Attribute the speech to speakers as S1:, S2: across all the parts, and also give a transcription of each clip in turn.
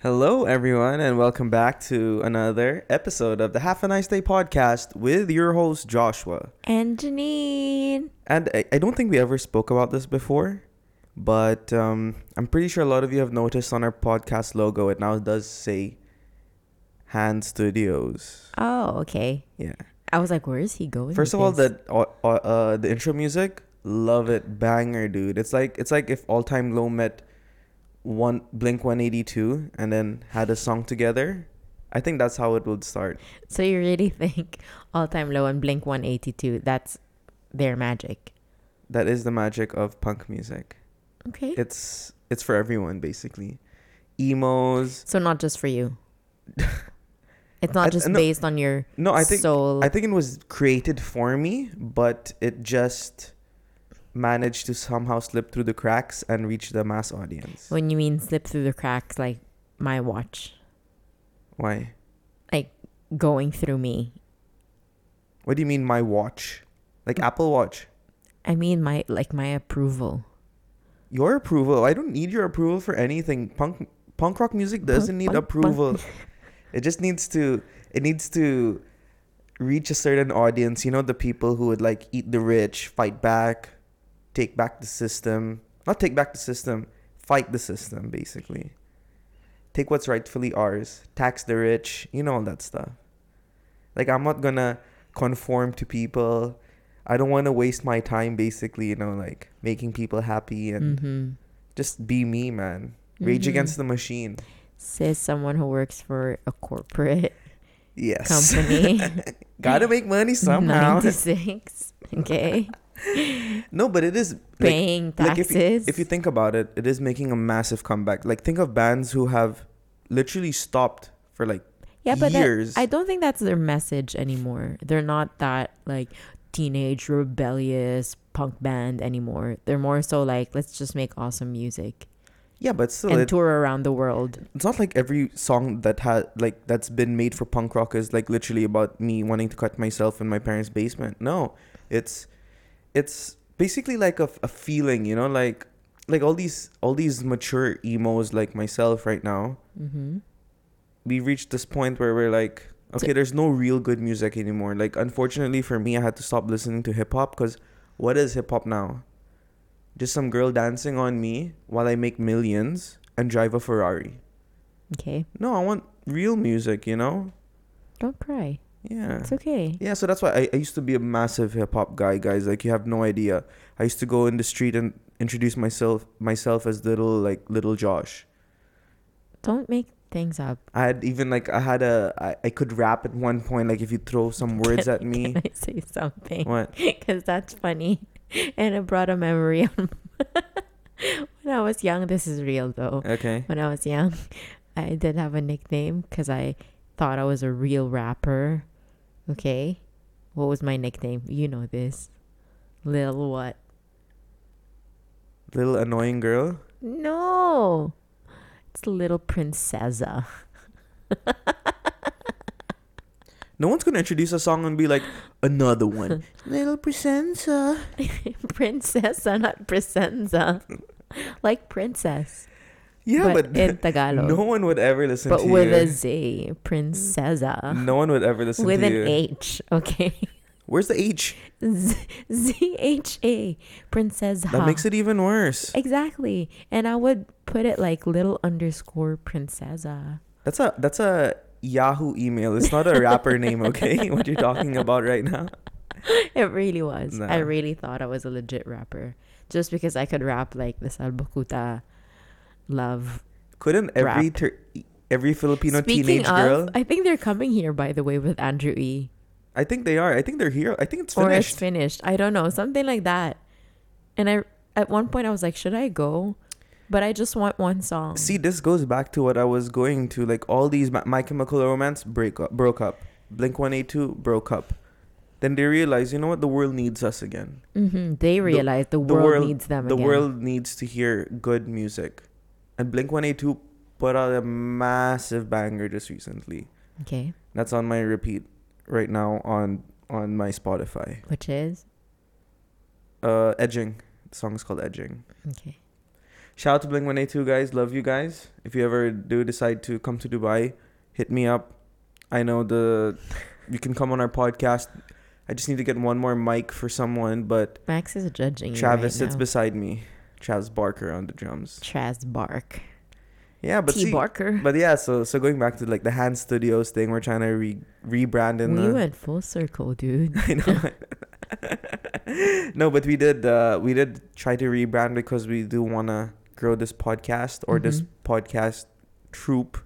S1: Hello, everyone, and welcome back to another episode of the Half a Nice Day podcast with your host, Joshua.
S2: And Janine.
S1: And I, I don't think we ever spoke about this before, but um, I'm pretty sure a lot of you have noticed on our podcast logo, it now does say Hand Studios.
S2: Oh, okay.
S1: Yeah.
S2: I was like, where is he going?
S1: First of
S2: with
S1: all,
S2: this?
S1: the uh, uh, the intro music, love it, banger, dude. It's like it's like if All Time Low met one Blink One Eighty Two and then had a song together. I think that's how it would start.
S2: So you really think All Time Low and Blink 182, that's their magic.
S1: That is the magic of punk music.
S2: Okay.
S1: It's it's for everyone basically. Emos.
S2: so not just for you. it's not
S1: I-
S2: just
S1: no.
S2: based on your
S1: No, I think
S2: soul.
S1: I think it was created for me, but it just managed to somehow slip through the cracks and reach the mass audience.
S2: when you mean slip through the cracks, like my watch
S1: Why?
S2: going through me.
S1: What do you mean my watch? Like Apple Watch.
S2: I mean my like my approval.
S1: Your approval. I don't need your approval for anything. Punk punk rock music doesn't need
S2: punk, punk.
S1: approval. It just needs to it needs to reach a certain audience, you know, the people who would like eat the rich, fight back, take back the system. Not take back the system, fight the system basically. Take what's rightfully ours, tax the rich, you know all that stuff. Like I'm not going to conform to people. I don't want to waste my time basically, you know, like making people happy and
S2: Mm-hmm.
S1: just be me, man. Rage
S2: Mhm.
S1: Against the Machine.
S2: Says someone who works for a corporate
S1: Yes.
S2: company.
S1: Gotta make money somehow.
S2: 96. Okay.
S1: no, but it is like,
S2: Paying
S1: like if, you,
S2: taxes.
S1: if you think about it, it is making a massive comeback. Like think of bands who have literally stopped for like
S2: yeah, but that-
S1: years.
S2: I don't think that's their message anymore. They're not that like teenage rebellious punk band anymore. They're more so like let's just make awesome music
S1: yeah, but still
S2: and
S1: it,
S2: tour around the world.
S1: it's not like every song that had like that's been made for punk rock is like literally about me wanting to cut myself in my parents' basement. No, it's it's basically like a, a feeling, you know, like like all these all these mature emos like myself right now.
S2: Mm-hmm.
S1: We reached this point where we're like, okay, there's no real good music anymore. Like unfortunately for me, I had to stop listening to hip hop because what is hip hop now? Just some girl dancing on me while I make millions and drive a Ferrari.
S2: Okay,
S1: No, I want real music, you know?
S2: don't cry.
S1: Yeah.
S2: It's okay.
S1: Yeah, so that's why I, I used to be a massive hip hop guy, guys. Like you have no idea. I used to go in the street and introduce myself myself as little like little Josh.
S2: Don't make things up.
S1: I had even like I had a I, I could rap at one point, like if you throw some words at me.
S2: Can I say something?
S1: What?
S2: Because that's funny, and it brought a memory. on- when I was young, this is real though.
S1: Okay.
S2: when I was young, I did have a nickname because I thought I was a real rapper. Okay, what was my nickname? You know this, Lil what?
S1: Little annoying girl.
S2: No, it's Little Princessa.
S1: No one's gonna introduce a song and be like another one. little Presenza.
S2: Princessa, not Presenza. like princess.
S1: Yeah, but,
S2: in Tagalog.
S1: no one would ever listen
S2: but
S1: to
S2: with
S1: you.
S2: a Z, Princessa.
S1: no one would ever listen
S2: with
S1: to
S2: an
S1: you.
S2: H, okay.
S1: Where's the H?
S2: Z H A, Princessa.
S1: That makes it even worse.
S2: Exactly. And I would put it like little underscore princessa.
S1: That's a that's a Yahoo email. It's not a rapper name, okay? What you're talking about right now.
S2: It really was. I
S1: Nah.
S2: really thought I was a legit rapper just because I could rap like the Salbakuta love.
S1: Couldn't every ter- every Filipino teenage girl?
S2: I think they're coming here by the way with Andrew E.
S1: I think they are. I think they're here. I think it's
S2: Or it's
S1: finished.
S2: finished. I don't know, something like that. And I at one point I was like, should I go? But I just want one song.
S1: See, this goes back to what I was going to. Like all these, My, My Chemical Romance break up, broke up. Blink One Eight Two broke up. Then they realize, you know what? The world needs us again.
S2: hmm They realized the, world, needs them.
S1: The
S2: again.
S1: world needs to hear good music, and Blink One Eight Two put out a massive banger just recently.
S2: Okay,
S1: That's on my repeat right now on on my Spotify.
S2: which is
S1: Uh, edging. The song is called Edging.
S2: okay.
S1: Shout out to Blink One Eight Two guys. Love you guys. If you ever do decide to come to Dubai, hit me up. I know the you can come on our podcast. I just need to get one more mic for someone, but
S2: Max is judging you
S1: Travis
S2: right
S1: sits
S2: now.
S1: beside me. Travis Barker on the drums.
S2: Traz Bark.
S1: Yeah, but
S2: T
S1: see,
S2: Barker.
S1: but yeah, so so going back to like the Hand Studios thing, we're trying to re rebrand in
S2: we
S1: the
S2: went full circle, dude.
S1: I know. no, but we did uh, we did try to rebrand because we do want to grow this podcast or this
S2: Mhm.
S1: podcast troupe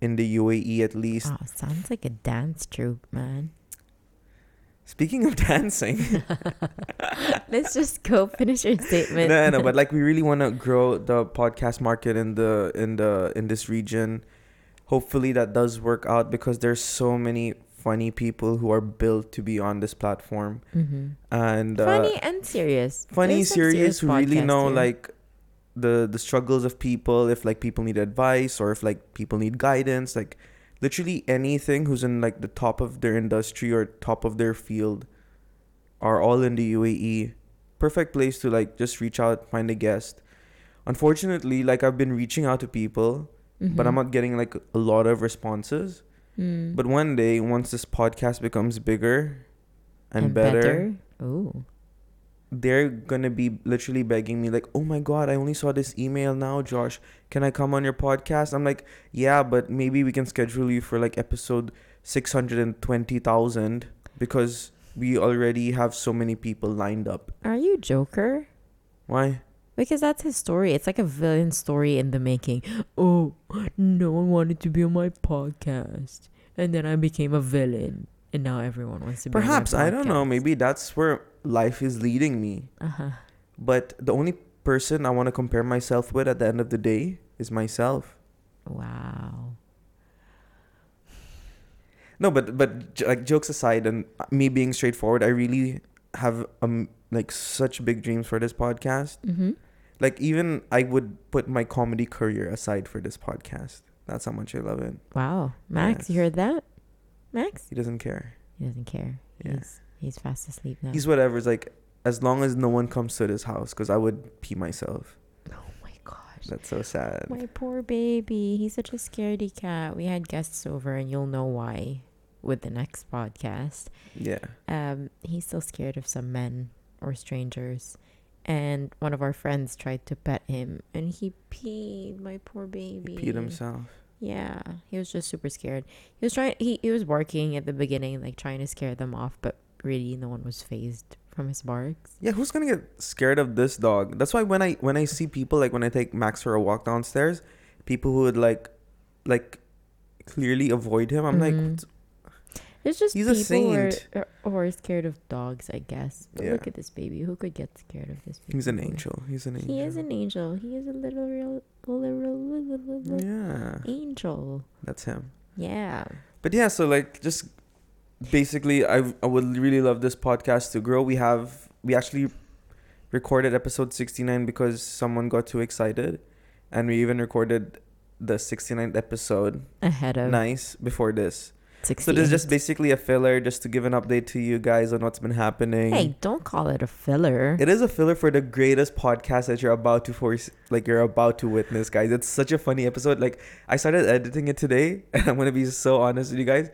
S1: in the UAE at least.
S2: Oh, sounds like a dance troupe, man.
S1: Speaking of dancing,
S2: Let's just go finish your statement.
S1: no, no, but like we really want to grow the podcast market in the in the in this region. Hopefully that does work out because there's so many funny people who are built to be on this platform
S2: mm-hmm.
S1: and uh,
S2: funny and serious.
S1: funny
S2: There's some
S1: serious who really
S2: podcasts
S1: know
S2: here.
S1: like the the struggles of people if like people need advice or if like people need guidance like literally anything who's in like the top of their industry or top of their field are all in the UAE perfect place to like just reach out find a guest unfortunately like I've been reaching out to people but I'm not
S2: Mhm.
S1: getting like a lot of responses
S2: Mm.
S1: but one day once this podcast becomes bigger and, better
S2: Ooh.
S1: they're gonna be literally begging me like oh my god i only saw this email now josh can i come on your podcast i'm like yeah but maybe we can schedule you for like episode 620000 because we already have so many people lined up
S2: Are you Joker?
S1: why
S2: Because that's his story. It's like a villain story in the making. Oh, no one wanted to be on my podcast. And then I became a villain. And now everyone wants to be
S1: perhaps
S2: on my
S1: i
S2: podcast.
S1: don't know maybe that's where life is leading me
S2: Uh-huh.
S1: but the only person i want to compare myself with at the end of the day is myself
S2: Wow.
S1: No, but but j- like jokes aside, and me being straightforward, I really have um like such big dreams for this podcast.
S2: Mm-hmm.
S1: Like even I would put my comedy career aside for this podcast. That's how much I love it.
S2: Wow. Max, you
S1: Yes.
S2: heard that? Max?
S1: He doesn't care.
S2: He doesn't care.
S1: Yeah.
S2: He's he's fast asleep now.
S1: He's whatever's like as long as no one comes to this house because I would pee myself.
S2: oh my gosh.
S1: That's so sad.
S2: My poor baby. He's such a scaredy cat. We had guests over and you'll know why with the next podcast.
S1: Yeah.
S2: Um, he's still scared of some men or strangers. And one of our friends tried to pet him and he peed, my poor baby.
S1: He peed himself.
S2: Yeah, he was just super scared. He was trying. He he was barking at the beginning, like trying to scare them off, but really no one was phased from his barks.
S1: Yeah, who's gonna get scared of this dog? That's why when I when I see people like when I take Max for a walk downstairs, people who would like like clearly avoid him. I'm like,
S2: Mhm.
S1: "What's-
S2: It's just
S1: He's a
S2: people who are-
S1: saint.
S2: Are, who are scared of dogs, I guess. But
S1: Yeah.
S2: look at this baby. Who could get scared of this baby?
S1: he's an
S2: boy?
S1: angel. He's an angel.
S2: He is an angel. He is a little real, little, little, little
S1: Yeah,
S2: angel.
S1: that's him.
S2: Yeah.
S1: But yeah, so like just basically, I I would really love this podcast to grow. We have we actually recorded episode sixty nine because someone got too excited, and we even recorded the 69th episode
S2: Ahead of
S1: nice before this
S2: sixty.
S1: So this is just basically a filler, just to give an update to you guys on what's been happening.
S2: Hey, don't call it a filler.
S1: It is a filler for the greatest podcast that you're about to force, like you're about to witness, guys. It's such a funny episode. Like I started editing it today, and I'm gonna be so honest with you guys.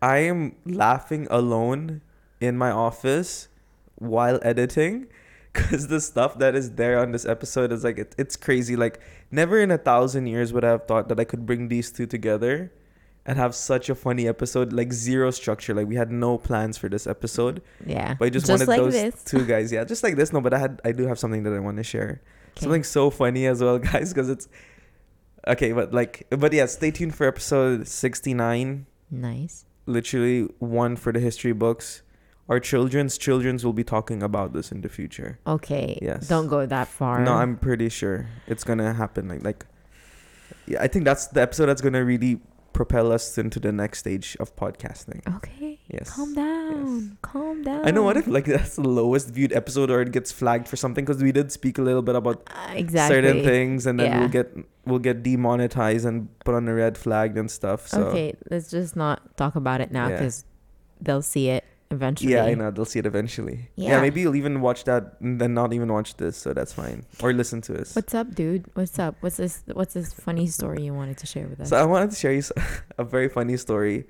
S1: I am laughing alone in my office while editing, because the stuff that is there on this episode is like it, it's crazy. Like never in a thousand years would I have thought that I could bring these two together and have such a funny episode. Like zero structure. Like we had no plans for this episode.
S2: yeah.
S1: But I just, wanted
S2: like
S1: those
S2: this.
S1: two guys. Yeah, just like this. No, but I had I do have something that I want to share.
S2: 'Kay.
S1: Something so funny as well, guys, because it's okay. But like, but yeah, stay tuned for episode sixty nine.
S2: nice.
S1: Literally one for the history books. Our children's children's will be talking about this in the future.
S2: Okay.
S1: Yes.
S2: Don't go that far.
S1: No, I'm pretty sure it's gonna happen. Like, like, yeah, I think that's the episode that's gonna really propel us into the next stage of podcasting.
S2: Okay.
S1: Yes.
S2: Calm down. Calm down.
S1: I know. What if like that's the lowest viewed episode, or it gets flagged for something? Because we did speak a little bit about
S2: Uh, exactly.
S1: certain things, and then
S2: Yeah.
S1: we'll get we'll get demonetized and put on a red flag and stuff. So
S2: Okay, let's just not talk about it now
S1: uh, Yeah.
S2: because they'll see it eventually.
S1: Yeah, I know. They'll see it eventually. Yeah.
S2: Yeah.
S1: maybe you'll even watch that and then not even watch this, so that's fine. Or listen to us.
S2: What's up, dude? What's up? What's this? What's this funny story you wanted to share with us?
S1: So I wanted to share you s- a very funny story.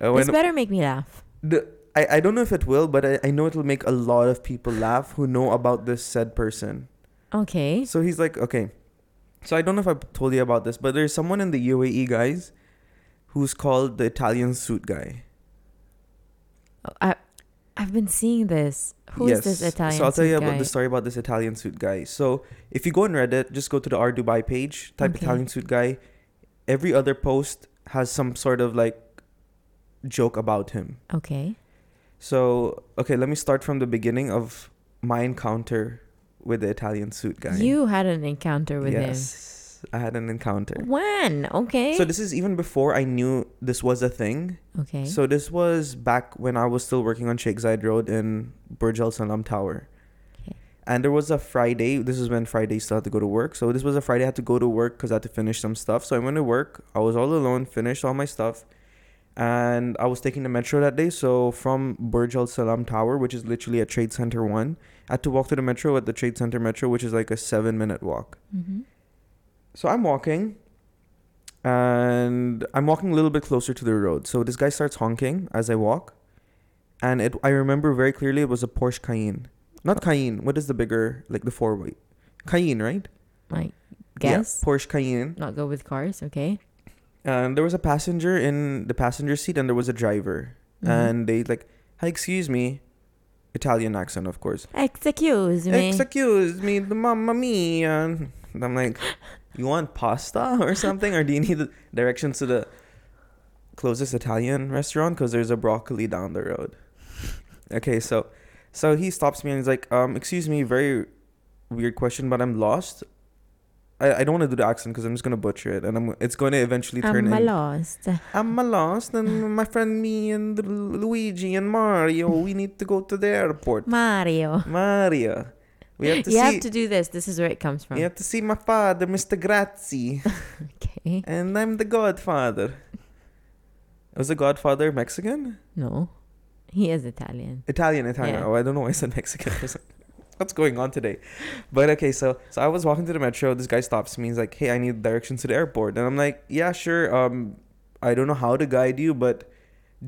S1: Uh,
S2: this
S1: when
S2: better make me laugh.
S1: the, I, I don't know if it will, but I, I know it'll make a lot of people laugh who know about this said person.
S2: Okay.
S1: So he's like, okay. So I don't know if I told you about this, but there's someone in the UAE guys who's called the Italian suit guy.
S2: I, I've been seeing this. Who is this Italian?
S1: So I'll tell you
S2: suit
S1: about the
S2: guy?
S1: story about this Italian suit guy. So if you go on Reddit, just go to the R Dubai page, type
S2: Okay.
S1: Italian suit guy. Every other post has some sort of like joke about him.
S2: Okay.
S1: So okay, let me start from the beginning of my encounter with the Italian suit guy.
S2: You had an encounter with
S1: yes, I had an encounter.
S2: him. When? Okay.
S1: So this is even before I knew this was a thing.
S2: okay.
S1: So this was back when I was still working on Shakeside Road in Burj Al Salam Tower.
S2: Okay.
S1: And there was a Friday. This is when Friday still had to go to work. So this was a Friday I had to go to work because I had to finish some stuff. So I went to work. I was all alone, finished all my stuff. And I was taking the metro that day. So from Burj Al Salam Tower, which is literally at Trade Center 1, I had to walk to the metro at the Trade Center Metro, which is like a seven minute walk.
S2: mm-hmm.
S1: So I'm walking and I'm walking a little bit closer to the road. So this guy starts honking as I walk. And it I remember very clearly it was a Porsche Cayenne. Not Cayenne. What is the bigger like the four way? Cayenne, right?
S2: Like
S1: Yeah,
S2: guess.
S1: Porsche Cayenne.
S2: Not go with cars. Okay.
S1: And there was a passenger in the passenger seat and there was a driver.
S2: Mhm.
S1: And they like, "Hi, excuse me." Italian accent, of course.
S2: Excuse me.
S1: Excuse me, the mamma mia. And I'm like, you want pasta or something, or do you need the directions to the closest Italian restaurant? Because there's a broccoli down the road. Okay, so, so he stops me and he's like, um, excuse me, very weird question, but I'm lost. I, I don't want to do the accent because I'm just gonna butcher it, and I'm it's going to eventually turn.
S2: I'm
S1: in-
S2: lost.
S1: I'm lost, and my friend me and Luigi and Mario, we need to go to the airport.
S2: Mario.
S1: Mario. We have to
S2: you
S1: see.
S2: have to do this. This is where it comes from.
S1: we have to see my father, Mr. Grazzi,
S2: Okay.
S1: and I'm the Godfather. Was the Godfather Mexican?
S2: No. He is Italian.
S1: Italian, Italian.
S2: Yeah.
S1: Oh, I don't know why I said Mexican. for some- What's going on today? But okay, so so I was walking to the metro. This guy stops me. He's like, "Hey, I need directions to the airport," and I'm like, "Yeah, sure. Um, I don't know how to guide you, but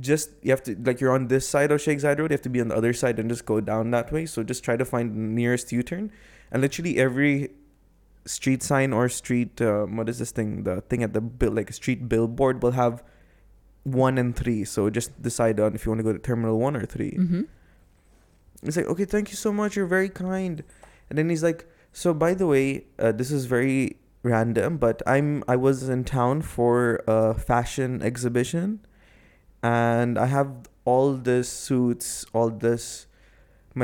S1: just you have to like you're on this side of Shakeside Road. You have to be on the other side and just go down that way. So just try to find the nearest U-turn. And literally every street sign or street um, what is this thing? The thing at the bill like a street billboard will have one and three. So just decide on if you want to go to Terminal One or three.
S2: Mm-hmm.
S1: He's like, okay, thank you so much. You're very kind. And then he's like, so by the way, uh, this is very random, but I'm I was in town for a fashion exhibition, and I have all this suits, all this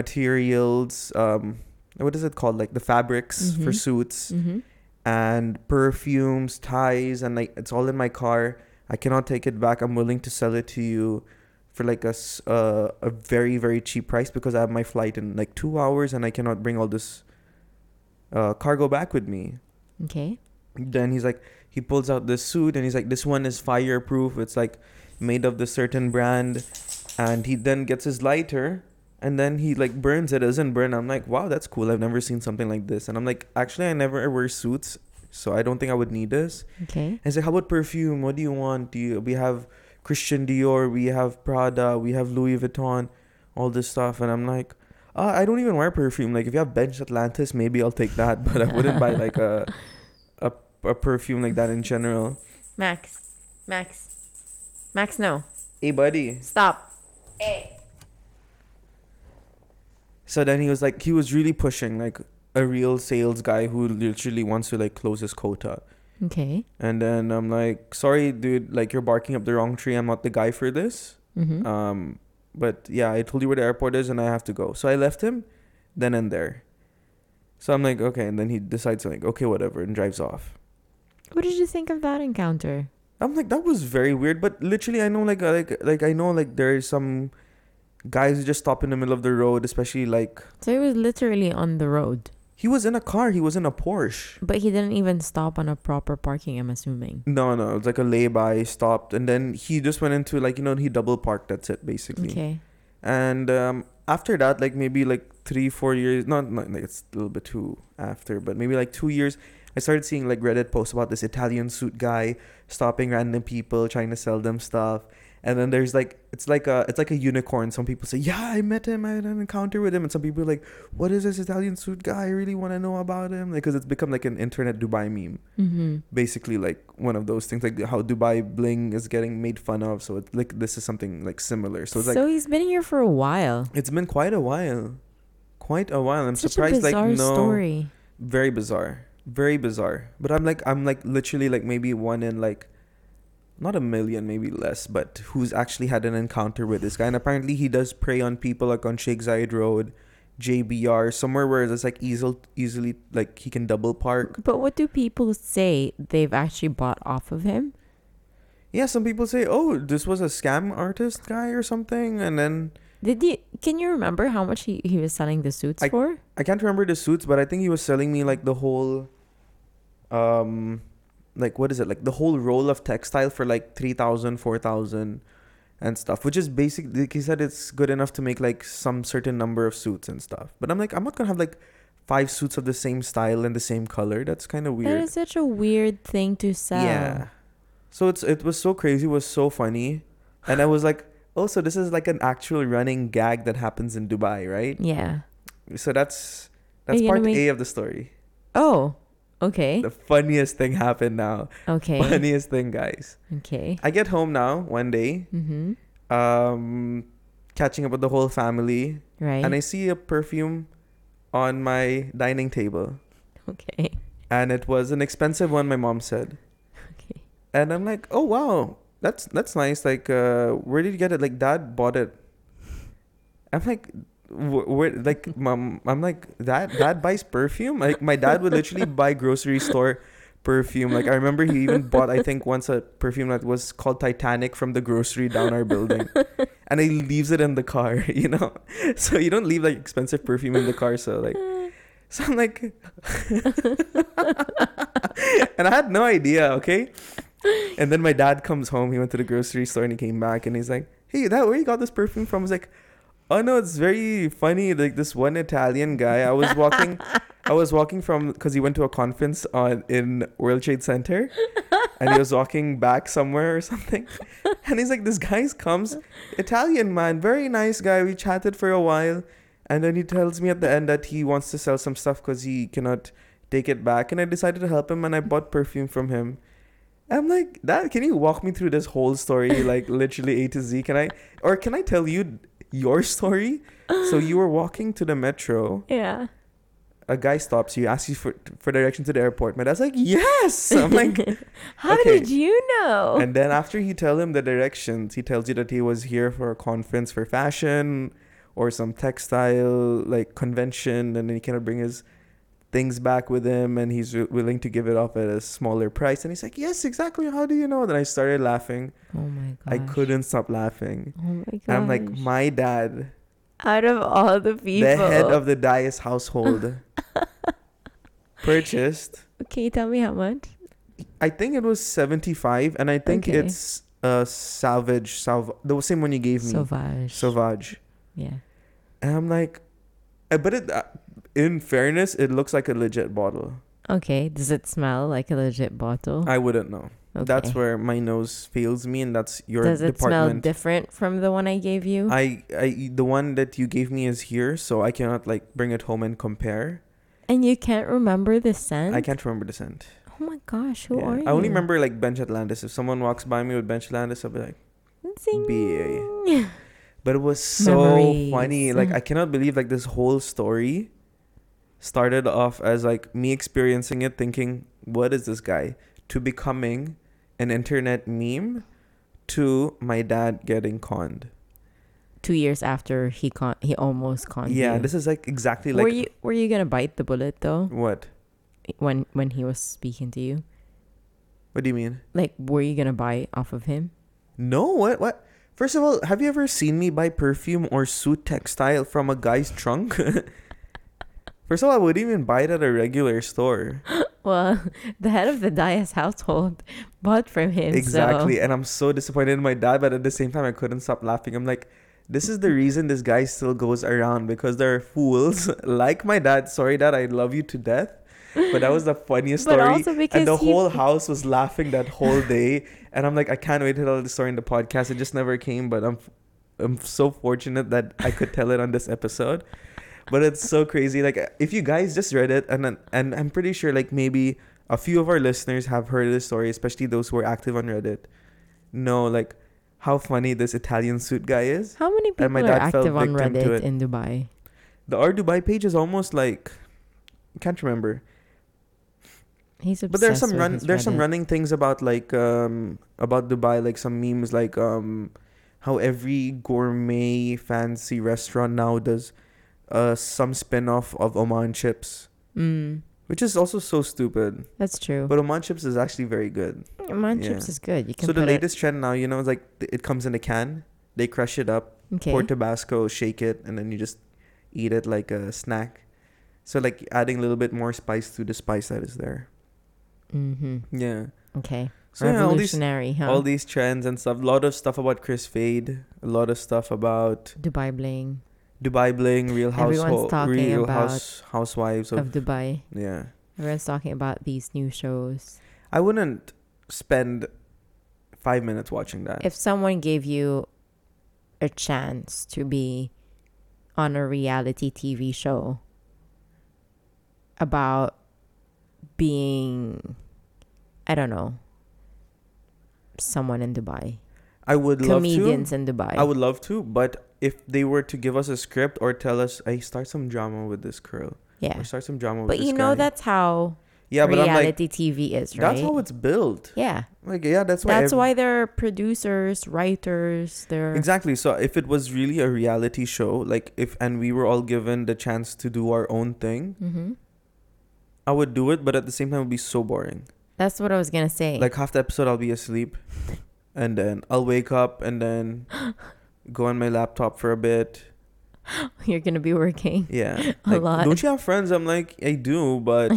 S1: materials. Um, what is it called? Like the fabrics for
S2: Mhm.
S1: suits
S2: Mm-hmm.
S1: and perfumes, ties, and like it's all in my car. I cannot take it back. I'm willing to sell it to you for like a s- uh, a very very cheap price because I have my flight in like two hours and I cannot bring all this uh, cargo back with me.
S2: Okay.
S1: Then he's like, he pulls out this suit and he's like, this one is fireproof. It's like made of this certain brand, and he then gets his lighter. And then he like burns it, doesn't burn. I'm like, wow, that's cool. I've never seen something like this. And I'm like, actually, I never wear suits, so I don't think I would need this.
S2: Okay.
S1: And he's like, how about perfume? What do you want? Do you we have Christian Dior, we have Prada, we have Louis Vuitton, all this stuff. And I'm like, uh, I don't even wear perfume. Like if you have Bench Atlantis, maybe I'll take that, but I wouldn't buy like a a, a perfume like that in general.
S2: Max. Max. Max, no.
S1: Hey, buddy.
S2: Stop. Hey.
S1: So then he was like, he was really pushing like a real sales guy who literally wants to like close his quota.
S2: Okay.
S1: And then I'm like, sorry, dude, like you're barking up the wrong tree. I'm not the guy for this.
S2: Mm-hmm.
S1: Um, but yeah, I told you where the airport is and I have to go. So I left him then and there. So I'm like, okay. And then he decides, like, okay, whatever, and drives off.
S2: what did you think of that encounter?
S1: I'm like, that was very weird. But literally, I know, like, like, like I know, like, there's some guys who just stop in the middle of the road, especially like
S2: So he was literally on the road,
S1: he was in a car, he was in a Porsche.
S2: but he didn't even stop on a proper parking. I'm assuming.
S1: No, no, it's like a lay-by stopped, and then he just went into like you know he double parked. That's it, basically.
S2: Okay.
S1: and um, after that like maybe like three four years not, not like it's a little bit too after but maybe like two years i started seeing like reddit posts about this italian suit guy stopping random people trying to sell them stuff and then there's like it's like a it's like a unicorn some people say yeah i met him i had an encounter with him and some people are like what is this italian suit guy i really want to know about him like because it's become like an internet dubai meme
S2: Mm-hmm.
S1: basically like one of those things like how dubai bling is getting made fun of so it's like this is something like similar so
S2: So,
S1: it's like
S2: he's been here for a while.
S1: it's been quite a while. Quite a while. I'm
S2: Such a
S1: surprised like
S2: bizarre
S1: no
S2: story.
S1: very bizarre. Very bizarre. But I'm like I'm like literally like maybe one in like not a million, maybe less, but who's actually had an encounter with this guy. And apparently he does prey on people like on Sheikh Zayed Road, JBR, somewhere where there's like easily easily like he can double park.
S2: But what do people say they've actually bought off of him?
S1: Yeah, some people say, Oh, this was a scam artist guy or something and then
S2: Did you can you remember how much he, he was selling the suits
S1: I-
S2: for?
S1: I can't remember the suits, but I think he was selling me like the whole, um, like what is it? Like the whole roll of textile for like 3,000, 4,000 and stuff, which is basically, like he said, it's good enough to make like some certain number of suits and stuff. But I'm like, I'm not gonna have like five suits of the same style and the same color. That's kind of
S2: That
S1: weird.
S2: is such a weird thing to sell.
S1: Yeah. So it's it was so crazy, it was so funny. And I was like, oh, so this is like an actual running gag that happens in Dubai, right?
S2: Yeah.
S1: So that's
S2: Are
S1: that's
S2: you gonna
S1: part
S2: make-
S1: A of the story.
S2: Oh. Okay.
S1: The funniest thing happened now.
S2: Okay.
S1: Funniest thing, guys.
S2: Okay.
S1: I get home now one day,
S2: Mm-hmm.
S1: um, catching up with the whole family,
S2: Right.
S1: and I see a perfume on my dining table.
S2: okay.
S1: And it was an expensive one, my mom said.
S2: Okay.
S1: And I'm like, oh wow, that's that's nice. Like, uh, where did you get it? Like, dad bought it. I'm like, wh- where? Like, mom, I'm like, that dad buys perfume. Like, my dad would literally buy grocery store perfume. Like, I remember he even bought, I think, once a perfume that was called Titanic from the grocery down our building, and he leaves it in the car. You know, so you don't leave like expensive perfume in the car. So like. So I'm like, and I had no idea, okay? And then my dad comes home. He went to the grocery store and he came back and he's like, "Hey, that where you got this perfume from?" I was like, "Oh no, it's very funny. Like this one Italian guy. I was walking, I was walking from because he went to a conference on in World Trade Center, and he was walking back somewhere or something. And he's like, "This guy's comes, Italian man, very nice guy. We chatted for a while, and then he tells me at the end that he wants to sell some stuff because he cannot." Take it back, and I decided to help him, and I bought perfume from him. I'm like, that can you walk me through this whole story, like literally A to Z? Can I or can I tell you your story? So you were walking to the metro,
S2: Yeah.
S1: a guy stops you, asks you for for directions to the airport. My dad's like, Yes. I'm like
S2: How
S1: Okay.
S2: did you know?
S1: and then after he tell him the directions, he tells you that he was here for a conference for fashion or some textile like convention and then he cannot bring his things back with him and he's wi- willing to give it off at a smaller price and he's like yes exactly how do you know then i started laughing
S2: oh my god.
S1: I couldn't stop laughing.
S2: Oh my god.
S1: And I'm like, my dad,
S2: out of all the people.
S1: the head of the Dias household, purchased.
S2: Can you tell me how much?
S1: I think it was 75, and I think
S2: Okay.
S1: it's a Savage, Salv- the same one you gave me,
S2: Sauvage.
S1: Sauvage.
S2: yeah.
S1: And I'm like, uh, but it, uh, in fairness, it looks like a legit bottle.
S2: Okay. Does it smell like a legit bottle?
S1: I wouldn't know. Uh,
S2: Oh. okay.
S1: That's where my nose fails me, and that's your
S2: Does it smell
S1: department.
S2: different from the one I gave you?
S1: I, I, the one that you gave me is here, so I cannot like bring it home and compare.
S2: and you can't remember the scent?
S1: I can't remember the scent.
S2: Oh my gosh, who
S1: Yeah.
S2: are you?
S1: I only remember like Bench Atlantis. If someone walks by me with Bench Atlantis, I'll be like,
S2: Zing.
S1: BA. but it was so
S2: Memories.
S1: funny. Like I cannot believe like this whole story started off as like me experiencing it, thinking, what is this guy? To becoming an internet meme to my dad getting conned.
S2: Two years after he con- he almost conned
S1: yeah,
S2: you.
S1: this is like exactly like
S2: were you were you gonna bite the bullet though
S1: what?
S2: when when he was speaking to you?
S1: What do you mean?
S2: Like, were you gonna bite off of him?
S1: No, what what? First of all, have you ever seen me buy perfume or suit textile from a guy's trunk? First of all, I wouldn't even buy it at a regular store.
S2: Well, the head of the Dias household bought from him. so-
S1: exactly. And I'm so disappointed in my dad, but at the same time I couldn't stop laughing. I'm like, This is the reason this guy still goes around because there are fools like my dad. Sorry, dad, I love you to death. But that was the funniest
S2: But
S1: story.
S2: also because
S1: and the
S2: he-
S1: whole house was laughing that whole day. And I'm like, I can't wait to tell the story in the podcast. It just never came, but I'm I'm so fortunate that I could tell it on this episode. But it's so crazy. Like if you guys just read it and then- and I'm pretty sure like maybe a few of our listeners have heard this story, especially those who are active on Reddit. Know like how funny this Italian suit guy is.
S2: How many people
S1: And my
S2: are
S1: dad fell
S2: active on
S1: victim to
S2: Reddit
S1: it.
S2: in Dubai?
S1: The R Dubai page is almost like can't remember.
S2: He's obsessed
S1: But there's some
S2: with
S1: run
S2: his
S1: there's some
S2: Reddit.
S1: running things about like um about Dubai, like some memes like um how every gourmet fancy restaurant now does uh some spin-off of Oman chips.
S2: Mm,
S1: Which is also so stupid.
S2: that's true.
S1: But Oman chips is actually very good.
S2: Oman
S1: yeah.
S2: chips is good. You can
S1: So the
S2: put it-
S1: latest trend now, you know, is like th- it comes in a can, they crush it up,
S2: okay.
S1: pour Tabasco, shake it, and then you just eat it like a snack. So like adding a little bit more spice to the spice that is there.
S2: mm-hmm.
S1: Yeah.
S2: Okay.
S1: So yeah, all these
S2: Revolutionary, huh?
S1: all these trends and stuff. A lot of stuff about Chris Fade. A lot of stuff about
S2: Dubai bling
S1: Dubai Bling, Real
S2: Everyone's
S1: Household,
S2: talking
S1: Real
S2: about-
S1: House, Housewives
S2: of
S1: of,
S2: Dubai.
S1: yeah.
S2: Everyone's talking about these new shows.
S1: I wouldn't spend five minutes watching that.
S2: If someone gave you a chance to be on a reality TV show about being, I don't know, someone in Dubai,
S1: I would love to.
S2: comedians in Dubai,
S1: I would love to, but if they were to give us a script or tell us, "Hey, start some drama with this girl,
S2: yeah.
S1: or start some drama with
S2: But
S1: this
S2: you know
S1: guy."
S2: that's how
S1: yeah, but I'm like,
S2: reality TV is, right?
S1: that's how it's built.
S2: yeah.
S1: Like, yeah, that's why.
S2: That's
S1: ev-
S2: why they're producers, writers, they're
S1: Exactly. So if it was really a reality show, like if and we were all given the chance to do our own thing,
S2: Mhm.
S1: I would do it, but at the same time, it would be so boring.
S2: That's what I was gonna say.
S1: Like half the episode, I'll be asleep, and then I'll wake up and then go on my laptop for a bit.
S2: You're gonna be working
S1: Yeah,
S2: A
S1: like,
S2: lot.
S1: Don't you have friends? I'm like, I do, but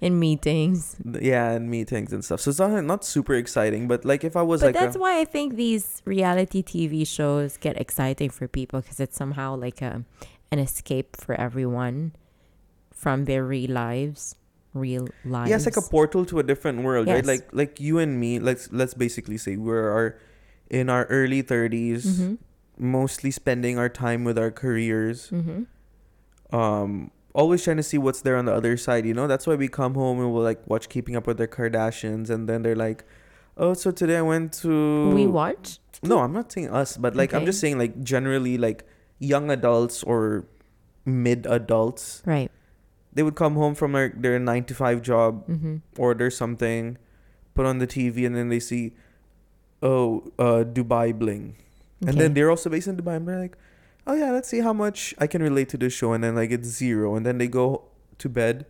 S2: in meetings.
S1: th- yeah, and meetings and stuff. So it's not not super exciting, but like if I was
S2: But
S1: like,
S2: that's
S1: a,
S2: why I think these reality TV shows get exciting for people because it's somehow like a an escape for everyone from their real lives, real lives.
S1: yeah, it's like a portal to a different world, right?
S2: Yes.
S1: Like like you and me. Let's let's basically say we're our, in our early 30s
S2: Mhm,
S1: mostly spending our time with our careers.
S2: mhm.
S1: um always trying to see what's there on the other side you know that's why we come home and we'll like watch keeping up with the kardashians and then they're like oh so today i went to
S2: We watch.
S1: no i'm not saying us but like i'm
S2: Okay.
S1: just saying like generally like young adults or mid adults
S2: Right.
S1: they would come home from their, their nine to five job
S2: hmm
S1: order something put on the tv and then they see oh uh dubai bling and then they're also based in Dubai, and they're like, "Oh yeah, let's see how much I can relate to this show." And then like it's zero, and then they go to bed,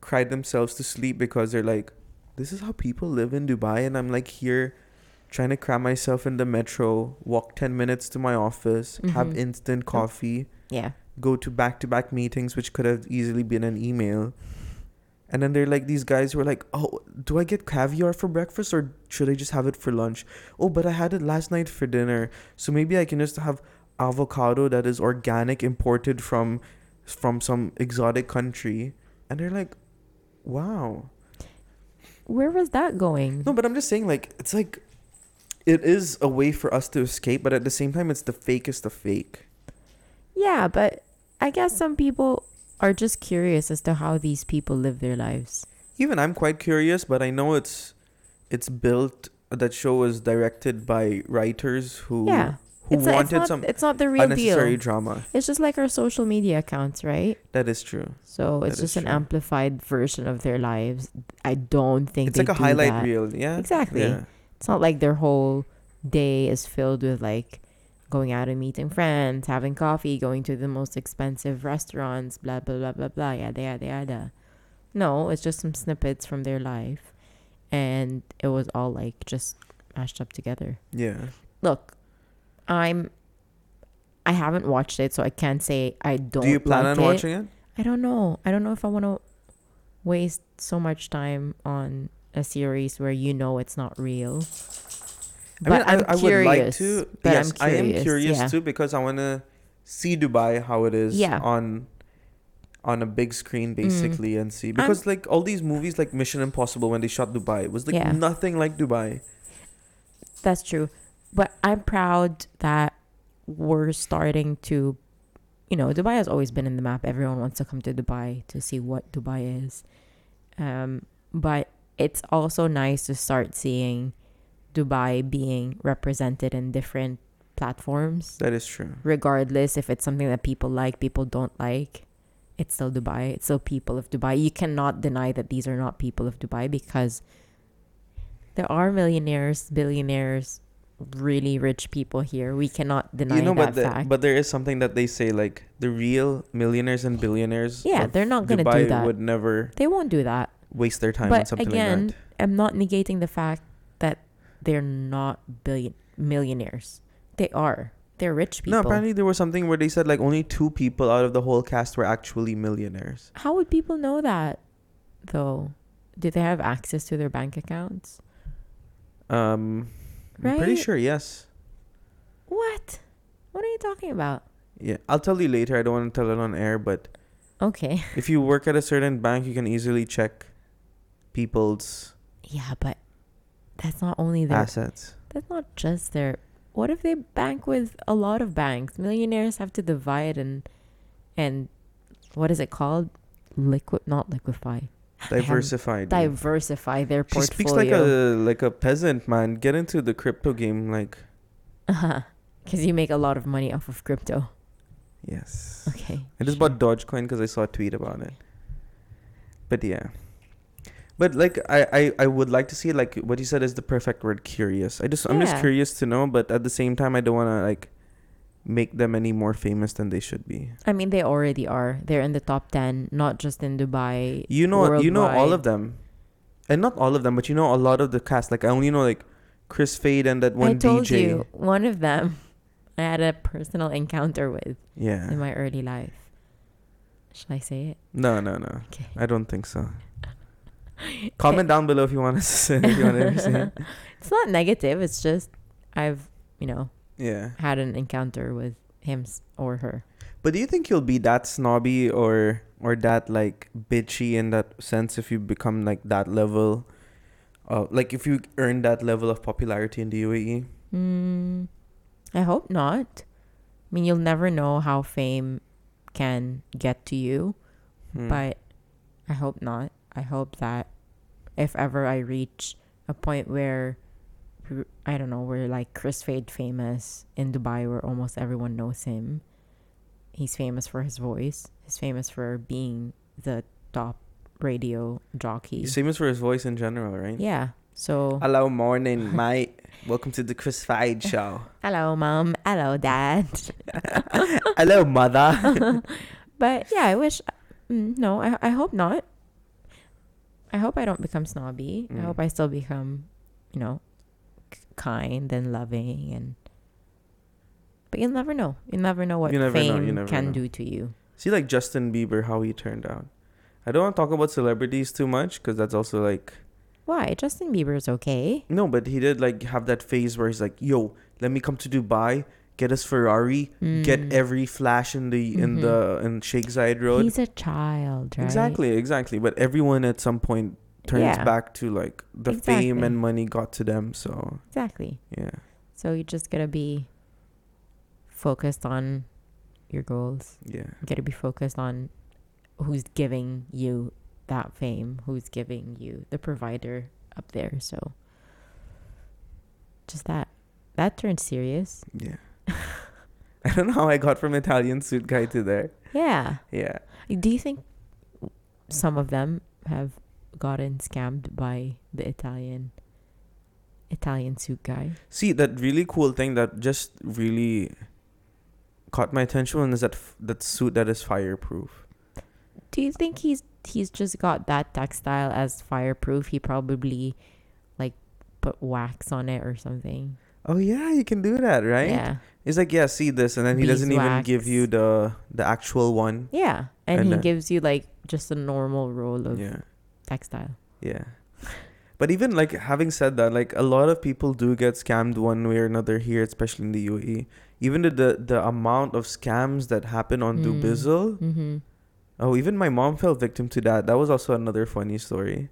S1: cry themselves to sleep because they're like, "This is how people live in Dubai," and I'm like here, trying to cram myself in the metro, walk ten minutes to my office, have
S2: Mhm.
S1: instant coffee,
S2: Yeah.
S1: go to back to back meetings, which could have easily been an email. And then they're like these guys who are like, Oh, do I get caviar for breakfast or should I just have it for lunch? Oh, but I had it last night for dinner. So maybe I can just have avocado that is organic imported from from some exotic country. And they're like, Wow.
S2: Where was that going?
S1: No, but I'm just saying like it's like it is a way for us to escape, but at the same time it's the fakest of fake.
S2: Yeah, but I guess some people are just curious as to how these people live their lives.
S1: even i'm quite curious but i know it's it's built that show was directed by writers who
S2: Yeah.
S1: who
S2: it's,
S1: wanted
S2: it's not,
S1: some
S2: It's not the real
S1: unnecessary
S2: deal.
S1: drama
S2: It's just like our social media accounts, right?
S1: that is true
S2: So
S1: That
S2: it's
S1: is
S2: just an
S1: true.
S2: amplified version of their lives. I don't think
S1: it's like
S2: they
S1: a
S2: do
S1: highlight
S2: that.
S1: reel yeah
S2: Exactly.
S1: yeah.
S2: It's not like their whole day is filled with like going out and meeting friends, having coffee, going to the most expensive restaurants, blah blah blah blah blah, yada yada yada. No, it's just some snippets from their life, and it was all like just mashed up together.
S1: yeah
S2: look, I'm. I haven't watched it, so I can't say I don't.
S1: do you plan on
S2: like it.
S1: watching it
S2: I don't know. I don't know if I want to waste so much time on a series where you know it's not real.
S1: I mean,
S2: But
S1: I,
S2: I'm
S1: I would like
S2: curious,
S1: to.
S2: but I'm
S1: yes, I am
S2: curious,
S1: curious
S2: yeah.
S1: too because I want to see Dubai how it is
S2: Yeah. Mm.
S1: on on a big screen basically and see because like all these movies like Mission Impossible when they shot Dubai it was like
S2: Yeah.
S1: nothing like Dubai.
S2: That's true. But I'm proud that we're starting to, you know, Dubai has always been in the map. Everyone wants to come to Dubai to see what Dubai is. Um, but it's also nice to start seeing Dubai being represented in different platforms,
S1: That is true.
S2: regardless if it's something that people like, people don't like. It's still Dubai. It's still people of Dubai. You cannot deny that these are not people of Dubai because there are millionaires, billionaires, really rich people here. We cannot deny
S1: you know, but
S2: that
S1: the-
S2: fact.
S1: but there is something that they say like the real millionaires and billionaires.
S2: yeah,
S1: of
S2: they're not going to
S1: Dubai
S2: do that.
S1: would never
S2: they won't do that.
S1: waste their time on
S2: but
S1: something
S2: again,
S1: like
S2: I'm not negating the fact that they're not billion millionaires. They are. They're rich
S1: that. No,
S2: people.
S1: apparently there was something where they said like only two people out of the whole cast were actually millionaires.
S2: How would people know that, though? Do they have access to their bank accounts?
S1: Um, I'm pretty
S2: Right?
S1: sure, yes.
S2: What? What are you talking about?
S1: Yeah, I'll tell you later. I don't want to tell it on air, but
S2: Okay.
S1: if you work at a certain bank, you can easily check people's
S2: Yeah, but that's not only their.
S1: assets.
S2: That's not just their. What if they bank with a lot of banks? Millionaires have to divide and, and, what is it called? Liquid, not liquefy. I haven't-
S1: Diversified. dude.
S2: diversify their
S1: She
S2: portfolio.
S1: speaks like a like a peasant, man. Get into the crypto game, like
S2: because you make a lot of money off of crypto.
S1: yes.
S2: Okay.
S1: I just bought Dogecoin because I saw a tweet about it. But yeah. But like I, I, I would like to see like what you said is the perfect word curious. I just I'm just
S2: Yeah.
S1: curious to know, but at the same time I don't wanna like make them any more famous than they should be.
S2: I mean, they already are. They're in the top ten, not just in Dubai.
S1: You know, you know all
S2: worldwide.
S1: of them, and not all of them, but you know a lot of the cast. Like I only know like Chris Fade and that one
S2: I told
S1: DJ.
S2: you one of them. I had a personal encounter with
S1: Yeah.
S2: in my early life. Shall I say it?
S1: No, no, no.
S2: Okay.
S1: I don't think so. Comment down below if you want us to say. If you want to say. it.
S2: It's not negative. It's just I've you know
S1: Yeah.
S2: had an encounter with him s- or her.
S1: But do you think you'll be that snobby or or that like bitchy in that sense if you become like that level, uh, like if you earn that level of popularity in the E? UAE?
S2: Mm, I hope not. I mean, you'll never know how fame can get to you.
S1: Hmm.
S2: but I hope not. I hope that if ever I reach a point where r- I don't know, we're like Chris Fade famous in Dubai, where almost everyone knows him. He's famous for his voice. He's famous for being the top radio jockey.
S1: He's famous for his voice in general, right?
S2: Yeah. So
S1: Hello, morning, mate. Welcome to the Chris Fade show.
S2: hello, mom. Hello, dad.
S1: Hello, mother.
S2: but yeah, I wish. mm, No, I I hope not. I hope I don't become snobby. I
S1: Mm.
S2: hope I still become, you know, k- kind and loving and. But you'll never know. You never know what
S1: You never know, you
S2: fame
S1: never
S2: can
S1: know.
S2: do to you.
S1: See, like Justin Bieber, how he turned out. I don't want to talk about celebrities too much because that's also like
S2: Why Justin Bieber's okay?
S1: no, but he did like have that phase where he's like, "Yo, let me come to Dubai, get us Ferrari, get
S2: Mm.
S1: every flash in the in
S2: Mhm.
S1: the in Shakeside Road."
S2: He's a child, right?
S1: Exactly, exactly. But everyone at some point turns
S2: Yeah.
S1: back to like the fame
S2: Exactly.
S1: and money got to them. So
S2: Exactly.
S1: yeah,
S2: So you just gotta be focused on your goals.
S1: yeah.
S2: You gotta be focused on who's giving you that fame, who's giving you the provider up there. So just that. That turned serious.
S1: Yeah. I don't know how I got from Italian suit guy to there.
S2: Yeah.
S1: Yeah.
S2: Do you think some of them have gotten scammed by the Italian Italian suit guy?
S1: See, that really cool thing that just really caught my attention is that f- that suit that is fireproof.
S2: Do you think he's he's just got that textile as fireproof? He probably like put wax on it or something.
S1: Oh yeah, you can do that, right?
S2: Yeah.
S1: He's like, yeah, see this, and then he doesn't even give you
S2: Beeswax.
S1: the the actual one.
S2: Yeah, and,
S1: And
S2: he
S1: that-
S2: gives you like just a normal roll of
S1: Yeah,
S2: textile.
S1: yeah. But even like having said that, like a lot of people do get scammed one way or another here, especially in the UAE. Even the the, the amount of scams that happen on
S2: Mm.
S1: Dubizzle.
S2: Mm-hmm.
S1: Oh, even my mom fell victim to that. That was also another funny story.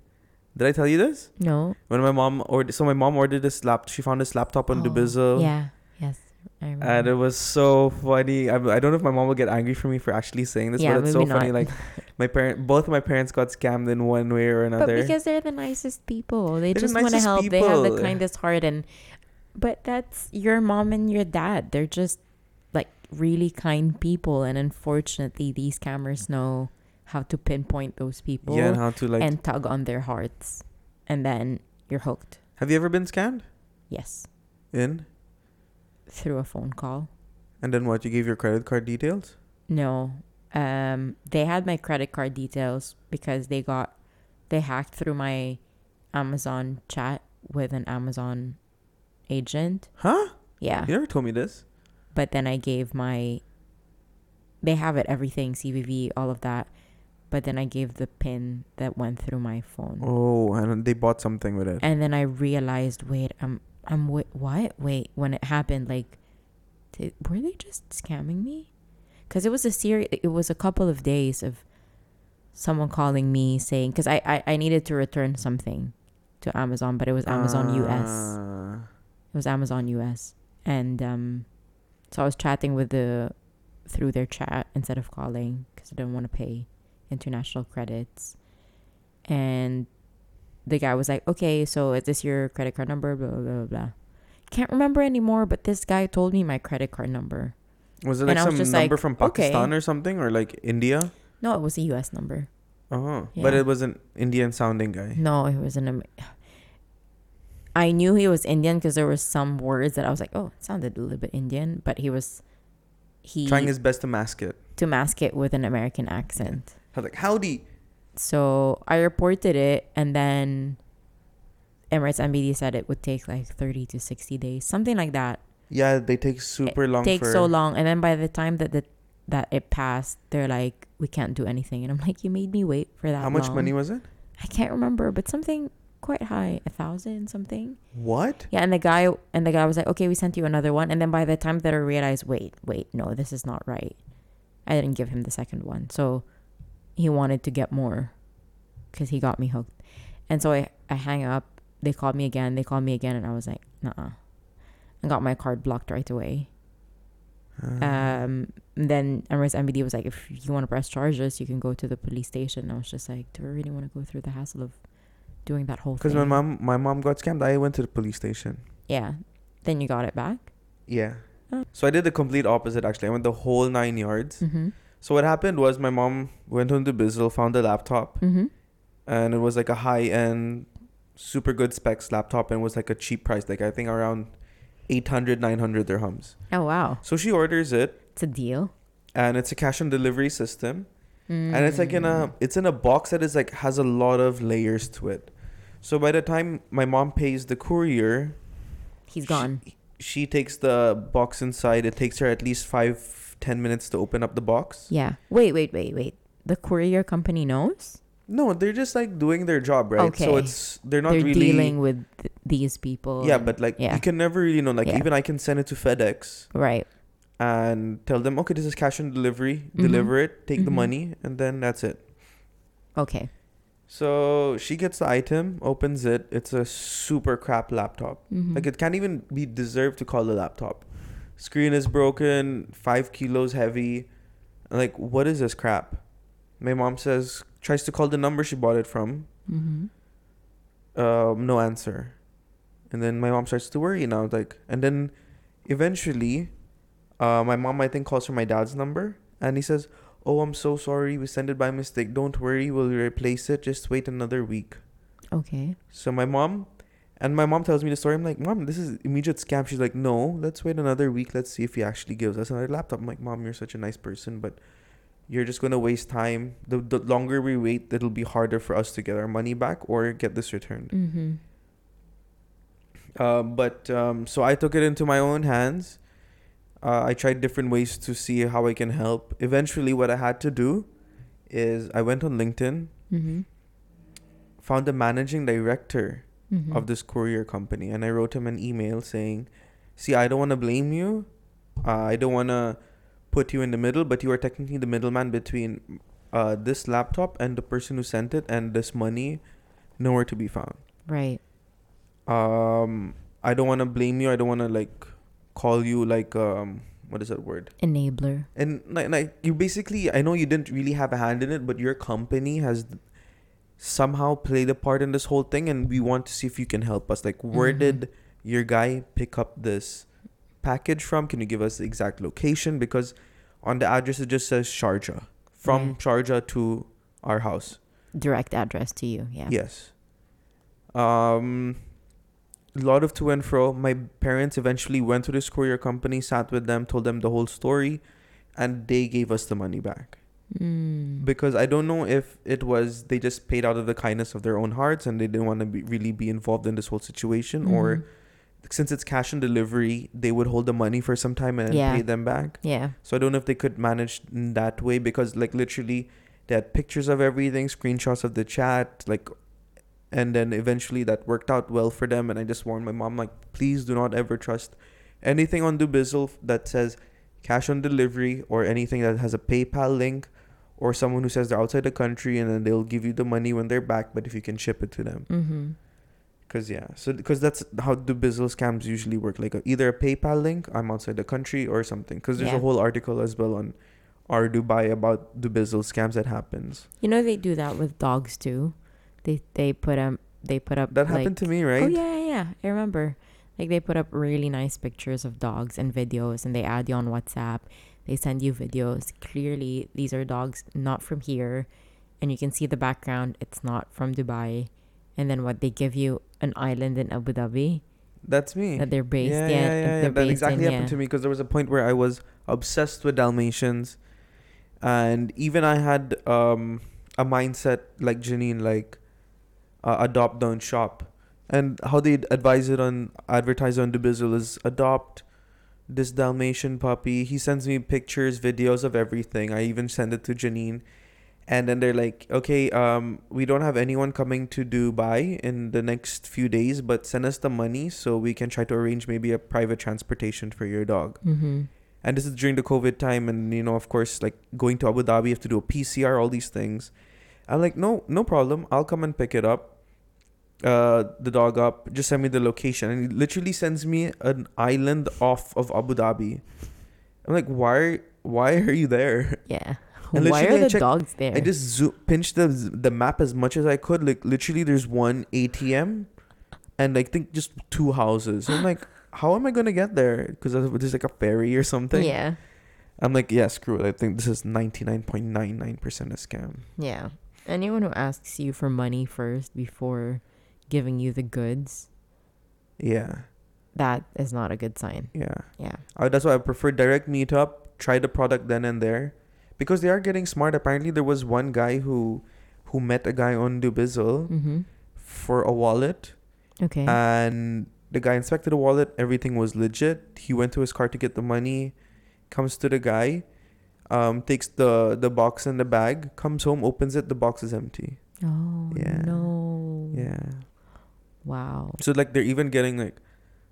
S1: Did I tell you this?
S2: No.
S1: When my mom ordered, so my mom ordered this lap. She found this laptop on
S2: Oh,
S1: Dubizzle.
S2: Yeah. Yes. I remember.
S1: And it was so funny. I, I don't know if my mom will get angry for me for actually saying this,
S2: Yeah,
S1: but it's so
S2: maybe
S1: funny.
S2: not.
S1: Like my parent, both of my parents got scammed in one way or
S2: but
S1: another.
S2: because they're the nicest people, they
S1: They're the
S2: just want to
S1: nicest
S2: help. They have the
S1: people.
S2: kindest heart, and but that's your mom and your dad. They're just like really kind people, and unfortunately, these cameras know how to pinpoint those people
S1: yeah, and how to like.
S2: and tug on their hearts, and then you're hooked.
S1: have you ever been scammed
S2: Yes,
S1: in?
S2: through a phone call.
S1: And then what? You gave your credit card details.
S2: No. Um they had my credit card details because they got they hacked through my Amazon chat with an Amazon agent.
S1: Huh?
S2: Yeah.
S1: You never told me this.
S2: But then I gave my they have it everything CVV all of that. But then I gave the pin that went through my phone.
S1: Oh, and they bought something with it.
S2: Mm-hmm. And then I realized, wait, I'm I'm wait, what? Wait, when it happened like did, were they just scamming me? Cuz it was a series it was a couple of days of someone calling me saying cuz I, I I needed to return something to Amazon, but it was Amazon US.
S1: Ah.
S2: It was Amazon US. And um so I was chatting with the through their chat instead of calling cuz I didn't want to pay international credits and the guy was like, "Okay, so is this your credit card number?" Blah blah blah blah. Can't remember anymore, but this guy told me my credit card number.
S1: Was it
S2: And
S1: like
S2: I was
S1: some
S2: just
S1: number
S2: like,
S1: from
S2: okay.
S1: Pakistan or something, or like India?
S2: No, it was a U.S. number.
S1: Oh, but
S2: Yeah.
S1: it was an Indian sounding guy.
S2: No, it was an. Am- I knew he was Indian because there were some words that I was like, "Oh, it sounded a little bit Indian," but he was he
S1: Trying his best to mask it.
S2: to mask it with an American accent.
S1: I was like, "Howdy."
S2: So I reported it, and then Emirates MBD said it would take like thirty to sixty days, something like that.
S1: Yeah, they take super long.
S2: takes
S1: for,
S2: so long and then by the time that the that it passed they're like we can't do anything and i'm like you made me wait for that
S1: How much
S2: long."
S1: money was it?
S2: i can't remember but something quite high a thousand something
S1: What?
S2: yeah and the guy and the guy was like okay we sent you another one and then by the time that i realized wait wait no this is not right i didn't give him the second one so he wanted to get more because he got me hooked and so I, I hang up they called me again they called me again and i was like nah and got my card blocked right away
S1: Uh, Mm-hmm.
S2: um, then Emirates MBD was like, if you want to press charges, you can go to the police station. And I was just like, do I really want to go through the hassle of doing that whole thing?
S1: Because my mom, my mom got scammed. I went to the police station.
S2: yeah. Then you got it back.
S1: Yeah.
S2: Oh.
S1: So I did the complete opposite. Actually, I went the whole nine yards.
S2: Mm-hmm.
S1: So what happened was my mom went on to Bizzle, found a laptop,
S2: Mm-hmm.
S1: and it was like a high end, super good specs laptop, and it was like a cheap price, like I think around 800, 900 dirhams.
S2: Oh, wow.
S1: So she orders it,
S2: It's a deal.
S1: and it's a cash on delivery system. and it's like in a
S2: Mm.
S1: it's in a box that is like has a lot of layers to it so by the time my mom pays the courier
S2: He's gone.
S1: she takes the box inside it takes her at least five ten minutes to open up the box
S2: yeah. Wait, wait, wait, wait. The courier company knows?
S1: no they're just like doing their job right so
S2: Okay.
S1: it's they're not
S2: They're
S1: really
S2: dealing with th- these people.
S1: yeah
S2: and-
S1: but like
S2: yeah.
S1: you can never really know like
S2: Yeah.
S1: even i can send it to fedex
S2: Right.
S1: and tell them okay this is cash on delivery
S2: Mhm.
S1: deliver it take the
S2: Mhm.
S1: money and then that's it
S2: Okay.
S1: so she gets the item opens it it's a super crap laptop
S2: Mm-hmm.
S1: Like it can't even be deserved to call a laptop. Screen is broken, five kilos heavy. Like, what is this crap? My mom says tries to call the number she bought it from.
S2: mm-hmm.
S1: Um, no answer. And then my mom starts to worry now. Like, and then eventually, uh, my mom I think calls for my dad's number, and he says, "Oh, I'm so sorry. We sent it by mistake. Don't worry, we'll replace it. Just wait another week."
S2: Okay.
S1: So my mom, and my mom tells me the story. I'm like, mom, this is immediate scam. She's like, no, let's wait another week. Let's see if he actually gives us another laptop. I'm like, mom, you're such a nice person, but you're just gonna waste time. The the longer we wait, it'll be harder for us to get our money back or get this returned.
S2: Mm-hmm.
S1: Uh, but um, so I took it into my own hands. Uh, I tried different ways to see how I can help. Eventually, what I had to do is I went on LinkedIn,
S2: Mm-hmm.
S1: found the managing director
S2: Mhm.
S1: of this courier company and i wrote him an email saying see i don't want to blame you uh, i don't want to put you in the middle but you are technically the middleman between uh, this laptop and the person who sent it and this money nowhere to be found
S2: right.
S1: um i don't want to blame you i don't want to like call you like um what is that word
S2: Enabler.
S1: and like, like you basically i know you didn't really have a hand in it but your company has somehow played a part in this whole thing and we want to see if you can help us like where
S2: Mhm.
S1: did your guy pick up this package from can you give us the exact location because on the address it just says sharjah from
S2: Right.
S1: sharjah to our house
S2: Direct address to you. Yeah.
S1: yes um a lot of to and fro my parents eventually went to this courier company sat with them told them the whole story and they gave us the money back
S2: Mm.
S1: because I don't know if it was they just paid out of the kindness of their own hearts and they didn't want to be, really be involved in this whole situation,
S2: Mhm.
S1: or since it's cash and delivery, they would hold the money for some time and
S2: Yeah.
S1: pay them back.
S2: yeah.
S1: So I don't know if they could manage in that way because like literally they had pictures of everything, screenshots of the chat, like, and then eventually that worked out well for them. And I just warned my mom like, please do not ever trust anything on Dubizzle that says cash on delivery or anything that has a PayPal link or someone who says they're outside the country and then they'll give you the money when they're back, but if you can ship it to them.
S2: Mm-hmm.
S1: Cause yeah, so because that's how the bizzle scams usually work. Like a, either a PayPal link, I'm outside the country, or something. Cause there's
S2: Yeah.
S1: a whole article as well on our Dubai about the bizzle scams that happens.
S2: You know they do that with dogs too. They they put um they put up
S1: That
S2: like,
S1: happened to me, right?
S2: Oh yeah, yeah, yeah. I remember. Like they put up really nice pictures of dogs and videos, and they add you on WhatsApp. They send you videos. Clearly, these are dogs not from here, and you can see the background. It's not from Dubai. And then what they give you an island in Abu Dhabi
S1: That's me.
S2: that they're based
S1: Eh. yeah,
S2: in.
S1: yeah, yeah,
S2: they're
S1: yeah. That
S2: based
S1: exactly
S2: in,
S1: happened
S2: yeah.
S1: to me because there was a point where I was obsessed with Dalmatians, and even I had um, a mindset like Janine, like uh, adopt don't shop, and how they advise it on advertise on Dubizzle is adopt this Dalmatian puppy. He sends me pictures, videos of everything. I even send it to Janine. And then they're like, okay, um, we don't have anyone coming to Dubai in the next few days, but send us the money so we can try to arrange maybe a private transportation for your dog.
S2: Mm-hmm.
S1: And this is during the COVID time, and you know, of course, like going to Abu Dhabi, you have to do a PCR, all these things. I'm like, no, no problem. I'll come and pick it up, uh, the dog up. Just send me the location, and he literally sends me an island off of Abu Dhabi. I'm like, why? Why are you there?
S2: Yeah.
S1: And
S2: Why
S1: literally
S2: are
S1: I
S2: the
S1: checked-
S2: dogs there?
S1: I just zo- pinched the the map as much as I could. Like literally, there's one ATM, and I think just two houses. I'm like, how am I gonna get there? Because there's like a ferry or something.
S2: yeah.
S1: I'm like, yeah, screw it. I think this is 99.99% a scam.
S2: Yeah. Anyone who asks you for money first before giving you the goods,
S1: Yeah,
S2: that is not a good sign.
S1: yeah.
S2: Yeah.
S1: I, that's why I prefer direct meetup. Try the product then and there, because they are getting smart. Apparently, there was one guy who who met a guy on Dubizzle
S2: Mm-hmm.
S1: for a wallet.
S2: Okay.
S1: Uh, And the guy inspected the wallet. Everything was legit. He went to his car to get the money. Comes to the guy, um, takes the the box and the bag. Comes home, opens it. The box is empty.
S2: oh
S1: yeah.
S2: no.
S1: Yeah.
S2: Wow.
S1: So like they're even getting like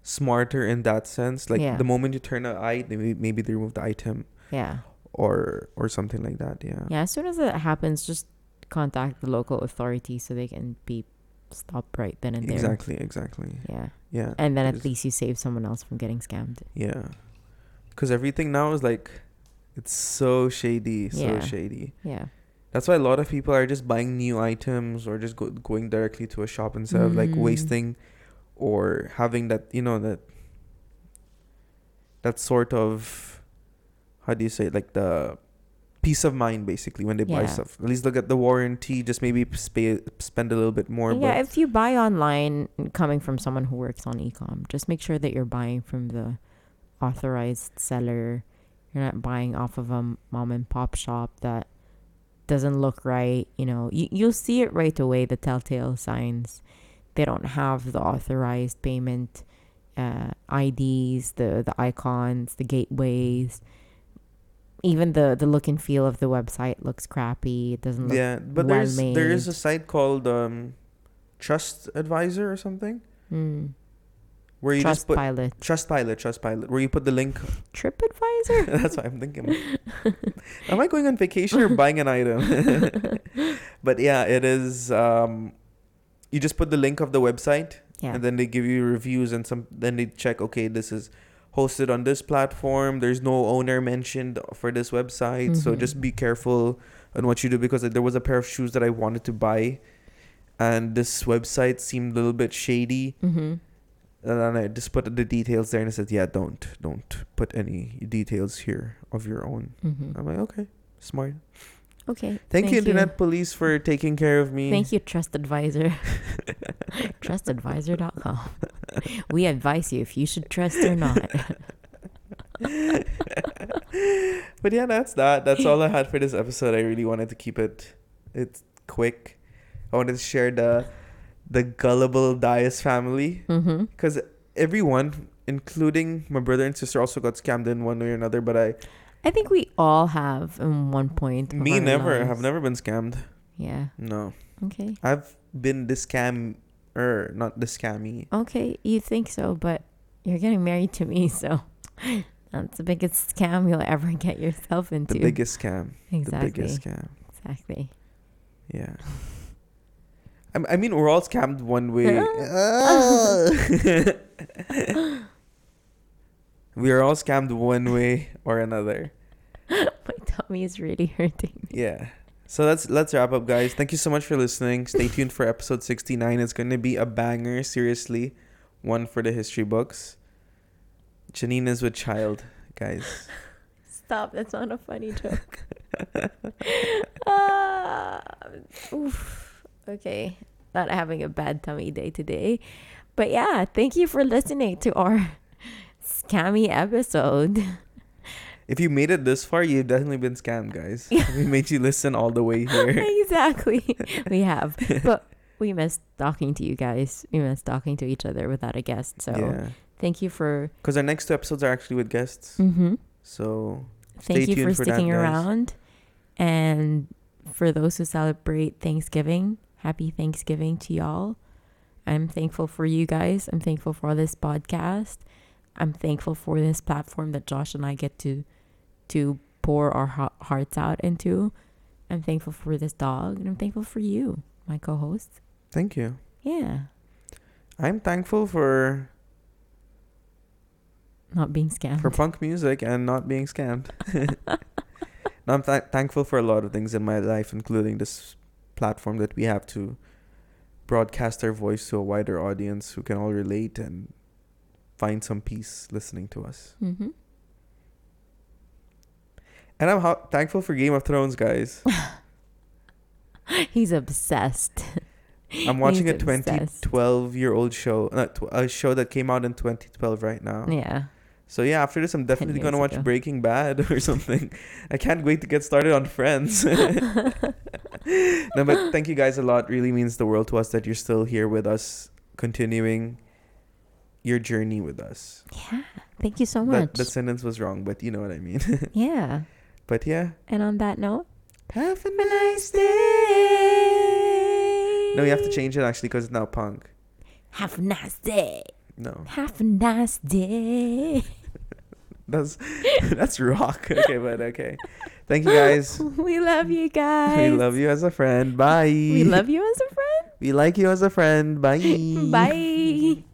S1: smarter in that sense. Like
S2: Yeah.
S1: the moment you turn an eye, they may- maybe they remove the item
S2: Yeah.
S1: or or something like that. Yeah.
S2: Yeah. As soon as that happens, just contact the local authority so they can be stopped right then and there.
S1: Exactly. Exactly.
S2: Yeah.
S1: Yeah.
S2: And then at
S1: Because-
S2: least you save someone else from getting scammed.
S1: Yeah. Because everything now is like, it's so shady. So
S2: Yeah.
S1: shady.
S2: Yeah.
S1: That's why a lot of people are just buying new items or just go, going directly to a shop instead of like
S2: Mm.
S1: wasting or having that, you know, that that sort of how do you say it? like the peace of mind basically when they buy
S2: Yeah.
S1: stuff. At least look at the warranty, just maybe pay, spend a little bit more.
S2: yeah.
S1: but
S2: If you buy online, coming from someone who works on ecom, just make sure that you're buying from the authorized seller. You're not buying off of a m- mom and pop shop that doesn't look right. You know, you, you'll see it right away. The telltale signs. They don't have the authorized payment uh, IDs, the the icons, the gateways. Even the the look and feel of the website looks crappy. It doesn't look
S1: yeah, but there's there is
S2: well-made.
S1: a site called um Trust Advisor or something,
S2: Mm.
S1: where you just
S2: Trust
S1: put
S2: pilot.
S1: Trust Pilot, Trust Pilot, where you put the link.
S2: Trip advisor?
S1: That's what I'm thinking. Am I going on vacation or buying an item? but yeah, it is. Um, you just put the link of the website,
S2: Yeah.
S1: and then they give you reviews and some then they check okay this is hosted on this platform there's no owner mentioned for this website so
S2: Mhm.
S1: just be careful on what you do because there was a pair of shoes that i wanted to buy and this website seemed a little bit shady
S2: mm-hmm.
S1: and then i just put the details there and i said yeah don't don't put any details here of your own
S2: Mm-hmm.
S1: i'm like okay smart
S2: Okay.
S1: Um, thank, you internet police for taking care of me
S2: Thank you, Trust Advisor. TrustAdvisor.com. We advise you if you should trust or not.
S1: But yeah, that's that. That's all I had for this episode. I really wanted to keep it it's quick. I wanted to share the the gullible Dias family
S2: Mm-hmm.
S1: because everyone, including my brother and sister, also got scammed in one way or another. But I,
S2: I think we all have in one point. of
S1: me
S2: our
S1: never,
S2: lives.
S1: have never been scammed.
S2: Yeah.
S1: No,
S2: Okay.
S1: I've been the scam or not the scammy.
S2: Okay. You think so, but you're getting married to me, so that's the biggest scam you'll ever get yourself into.
S1: The biggest scam.
S2: exactly.
S1: The biggest scam.
S2: Exactly.
S1: Yeah. I, I mean, we're all scammed one way. Ah. we are all scammed one way or another.
S2: My tummy is really hurting.
S1: Yeah. So that's let's wrap up, guys. Thank you so much for listening. Stay tuned for episode sixty nine. It's going to be a banger, seriously. One for the history books. Janine is with child, guys.
S2: Stop. That's not a funny joke. Ah, oof. Okay. Not having a bad tummy day today. But yeah, thank you for listening to our scammy episode.
S1: If you made it this far, you've definitely been scammed, guys. we made you listen all the way here.
S2: exactly. We have. But we miss talking to you guys. We miss talking to each other without a guest. So
S1: Yeah.
S2: thank you for
S1: Because our next two episodes are actually with guests.
S2: mhm.
S1: So
S2: thank
S1: Stay
S2: you for
S1: tuned for that,
S2: sticking
S1: guys.
S2: around. And for those who celebrate Thanksgiving, happy Thanksgiving to y'all. I'm thankful for you guys. I'm thankful for this podcast. I'm thankful for this platform that Josh and I get to to pour our hea- hearts out into. I'm thankful for this dog, and I'm thankful for you, my co-host.
S1: thank you.
S2: Yeah,
S1: I'm thankful for
S2: not being scammed.
S1: for punk music and not being scammed. No, I'm th- thankful for a lot of things in my life, including this platform that we have to broadcast our voice to a wider audience who can all relate and find some peace listening to us.
S2: mm-hmm.
S1: And I'm ho- thankful for Game of Thrones, guys.
S2: He's obsessed.
S1: I'm watching a
S2: He's obsessed.
S1: 2012 year old show, not tw- a show that came out in 2012 right now.
S2: Yeah.
S1: So yeah, after this, I'm definitely
S2: years
S1: gonna watch
S2: ago.
S1: Breaking Bad or something. I can't wait to get started on Friends. no, but thank you guys a lot. Really means the world to us that you're still here with us, continuing your journey with us.
S2: Yeah. Thank you so much.
S1: That, that sentence was wrong, but you know what I mean.
S2: yeah.
S1: but yeah,
S2: And on that note,
S1: have a
S2: have a
S1: nice.
S2: nice day.
S1: No, you have to change it actually because it's now punk.
S2: Have a nice day.
S1: No,
S2: Have a nice day.
S1: that's that's rock. Okay, but okay. Thank you guys.
S2: We love you
S1: We
S2: guys.
S1: love you as a friend. Bye.
S2: We love you as a friend.
S1: We like you as a friend. Bye.
S2: Bye.